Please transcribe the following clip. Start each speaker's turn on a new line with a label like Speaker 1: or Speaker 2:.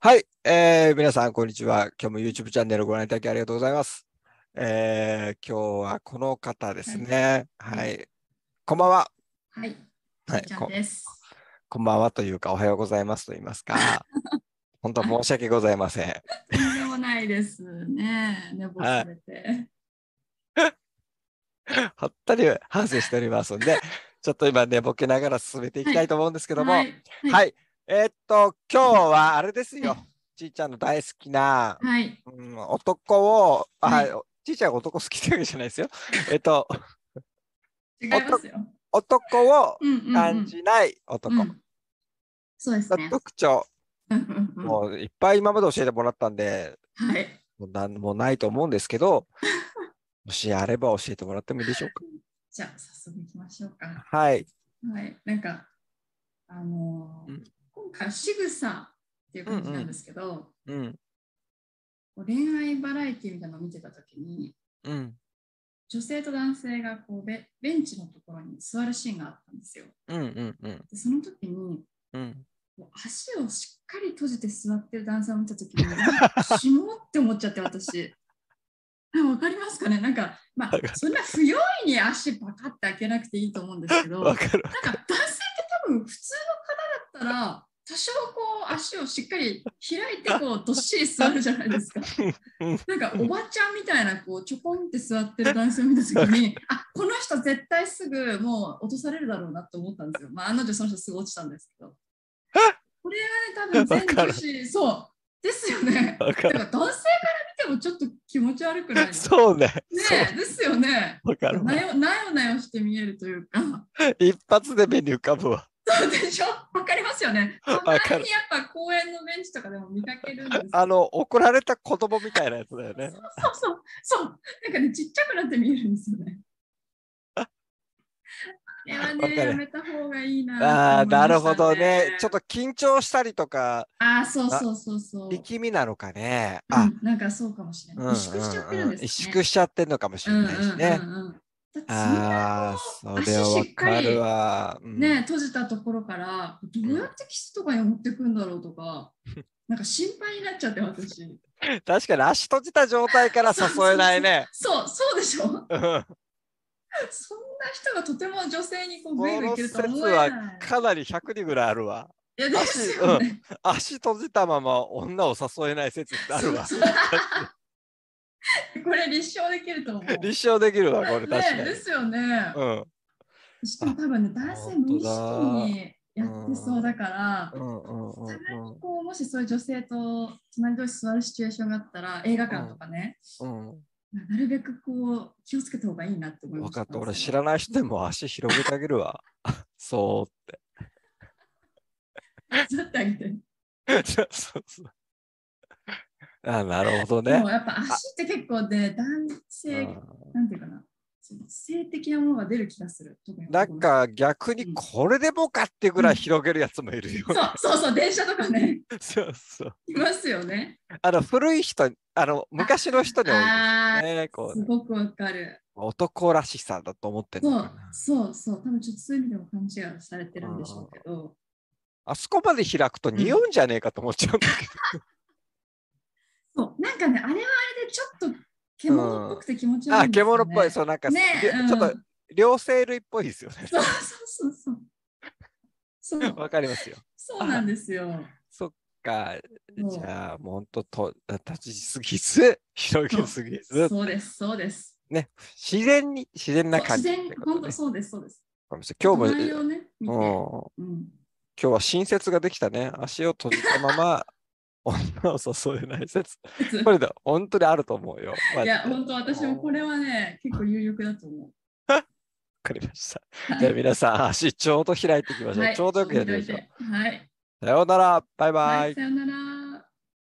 Speaker 1: はい、えー、皆さん、こんにちは。今日も YouTube チャンネルをご覧いただきありがとうございます。えー、今日はこの方ですね。
Speaker 2: い
Speaker 1: はい。こんばんは。
Speaker 2: はい、
Speaker 1: はい
Speaker 2: ちゃん
Speaker 1: こ、
Speaker 2: です。
Speaker 1: こんばんはというか、おはようございますと言いますか。本当申し訳ございません。
Speaker 2: とんでもないです ね。寝坊されて。
Speaker 1: 本当に反省しておりますので、ちょっと今ね、ボケながら進めていきたいと思うんですけども、
Speaker 2: は
Speaker 1: はいい。、えーっと、今日はあれですよ。ちいちゃんの大好きな、
Speaker 2: はい、
Speaker 1: うん、男を、あ
Speaker 2: はい、
Speaker 1: ちいちゃんが男好きってわけじゃないですよ。えっと、
Speaker 2: 違いますよ。
Speaker 1: 男を
Speaker 2: うんうん、うん。
Speaker 1: 感じない男
Speaker 2: う
Speaker 1: の
Speaker 2: んそうですね。
Speaker 1: 特徴、
Speaker 2: うんうんうん
Speaker 1: もういっぱい今まで教えてもらったんで、
Speaker 2: はい。
Speaker 1: もうなんもないと思うんですけ ど、もしあれば教えてもらってもいいでしょう
Speaker 2: じゃあ、早速いきましょうか。
Speaker 1: か。はい。
Speaker 2: はい、なんか、あのー
Speaker 1: うん
Speaker 2: 今回は仕草っていう感じなんですけど、
Speaker 1: うん。
Speaker 2: こう恋愛バラエティみたいなのを見てたときに、
Speaker 1: うん。
Speaker 2: 女性と男性がこうベベンチのところに座るシーンがあったんですよ。
Speaker 1: うんうんうん
Speaker 2: でその時に、
Speaker 1: うん。
Speaker 2: もう足をしっかり閉じて座ってる男性を見たときに、 しもって思っちゃって、私。あわかりますかねなんか、ま
Speaker 1: わかる
Speaker 2: あ、そんな不用意に足パカって開けなくていいと思うんですけど、なん
Speaker 1: わ
Speaker 2: か
Speaker 1: かる。
Speaker 2: 男性って多分普通の方だったら、多少こう足をしっかり開いてこうどっしり座るじゃないです か
Speaker 1: うん。
Speaker 2: なんかおばちゃんみたいなこうちょこんって座ってる男性を見たとき に、あこの人絶対すぐもう落とされるだろうなと思ったんですよ。まあ、あの女その人すぐ落ちたんですけど。これはね、多分全女子、そう、ですよね。
Speaker 1: わか
Speaker 2: だ
Speaker 1: る。
Speaker 2: から男性から見てもちょっと気持ち悪くないです
Speaker 1: そうね。 そう
Speaker 2: ねえですよね。
Speaker 1: わかるわ
Speaker 2: な。よなよなよして見えるというか、
Speaker 1: 一発で目に浮かぶわ。
Speaker 2: そうでしょわかりますよね。た
Speaker 1: わ
Speaker 2: ま
Speaker 1: かる
Speaker 2: にやっぱ公園のベンチとかでも見かけるんですけど
Speaker 1: あの、怒られた子供みたいなやつだよね。
Speaker 2: そうそう、そう、なんかね、ちっちゃくなって見えるんですよ ね。あれは
Speaker 1: わ
Speaker 2: ね、
Speaker 1: かる
Speaker 2: やめた方がいいな、
Speaker 1: ああー、なるほどね。ちょっと。緊張したりとか、
Speaker 2: ああ、そうそうそうそう。
Speaker 1: 力みなのかね。
Speaker 2: う
Speaker 1: あ、
Speaker 2: んなんかそうかもしれ
Speaker 1: うんうん
Speaker 2: ない。萎縮しちゃってるん
Speaker 1: うん
Speaker 2: で
Speaker 1: 萎
Speaker 2: す
Speaker 1: 縮しちゃってんのかもしれないしね
Speaker 2: う。んうんうんうんだってそんな
Speaker 1: ああ、そ
Speaker 2: 足
Speaker 1: れはわ
Speaker 2: しっか
Speaker 1: か
Speaker 2: り
Speaker 1: るわ。うん
Speaker 2: ね、閉じたところから、どうやってキスとかに持ってくんだろうとか、なんか心配になっちゃって、私。
Speaker 1: 確かに足閉じた状態から誘えないね。
Speaker 2: そう、そうでしょ
Speaker 1: うん
Speaker 2: そんな人がとても女性にこうグイグイいけるとは
Speaker 1: この
Speaker 2: 思
Speaker 1: 説
Speaker 2: え
Speaker 1: は
Speaker 2: ない。
Speaker 1: かなり100人ぐらいあるわ。
Speaker 2: いやですよね。
Speaker 1: 足閉じたまま女を誘えない説ってあるわ。
Speaker 2: そう そうこれ立証できると思う。
Speaker 1: 立証できるわ、これ確か
Speaker 2: ね、
Speaker 1: に
Speaker 2: で。すよね。
Speaker 1: うん
Speaker 2: しかも多分ね、男性無意識にやってそうだから
Speaker 1: う、んうんうんうん
Speaker 2: こうもしそういう女性と隣同士座るシチュエーションがあったら、映画館とかね、
Speaker 1: うん
Speaker 2: なるべくこう気をつけた方がいいなって思いま
Speaker 1: 分
Speaker 2: し
Speaker 1: か
Speaker 2: た。
Speaker 1: った、俺知らない人でも足広げてあげるわ。 そ
Speaker 2: 座ってあげて。
Speaker 1: うって。 そうそうあなるほど
Speaker 2: で
Speaker 1: ね
Speaker 2: も。やっぱ足って結構ね、男性、なんていうかな、その性的なものが出る気がする。特に
Speaker 1: なん
Speaker 2: 男の人
Speaker 1: か逆にこれでもかってぐらい広げるやつもいるよ。
Speaker 2: そうそうそう、電車とかね、
Speaker 1: そうそう。
Speaker 2: いますよね。
Speaker 1: あの古い人、あの昔の人に多い
Speaker 2: あ
Speaker 1: ですね。こ
Speaker 2: ー
Speaker 1: う
Speaker 2: すごくわかる。
Speaker 1: 男らしさだと思ってる
Speaker 2: そ
Speaker 1: のか
Speaker 2: う
Speaker 1: な。
Speaker 2: そうそう、多分ちょっとそういう意味でも勘違いされてるんでしょうけど、
Speaker 1: あそこまで開くと似合うんじゃねえかと思っちゃうんだけど。
Speaker 2: そうなんかね、あれはあれでちょっと獣っぽくて気持ち悪い
Speaker 1: あ、
Speaker 2: んですよ、ね
Speaker 1: 獣っぽい、そうなんか、
Speaker 2: ね
Speaker 1: り
Speaker 2: うん
Speaker 1: ちょっと両生類っぽいですよね。
Speaker 2: そうそうそうそう。そう
Speaker 1: わかり ますよ。
Speaker 2: そうなんですよ。
Speaker 1: そっか、
Speaker 2: そう
Speaker 1: じゃあもうほんとと立ちすぎず、広げすぎず、
Speaker 2: そうです、そうです。
Speaker 1: ね、自然に、自然な
Speaker 2: そう
Speaker 1: 感
Speaker 2: 自
Speaker 1: じって
Speaker 2: 然、
Speaker 1: こと
Speaker 2: 本
Speaker 1: ね。
Speaker 2: 当そうです、そうです。
Speaker 1: わかりました今
Speaker 2: 隣
Speaker 1: 日
Speaker 2: をね、見て
Speaker 1: も、うん、
Speaker 2: うん、
Speaker 1: 今日は新説ができたね。足を閉じたまま 女を誘えない説。これだ、本当にあると思うよ。マジ
Speaker 2: い
Speaker 1: で
Speaker 2: や、本当私もこれはね、結構有力だと思う。
Speaker 1: わかりました。
Speaker 2: はい
Speaker 1: じゃあ皆さん、足ちょうど開いていきましょう。
Speaker 2: はい
Speaker 1: ちょうどよくやってみましょう。
Speaker 2: はい。
Speaker 1: さようなら、バイバイ。
Speaker 2: はい、さよなら。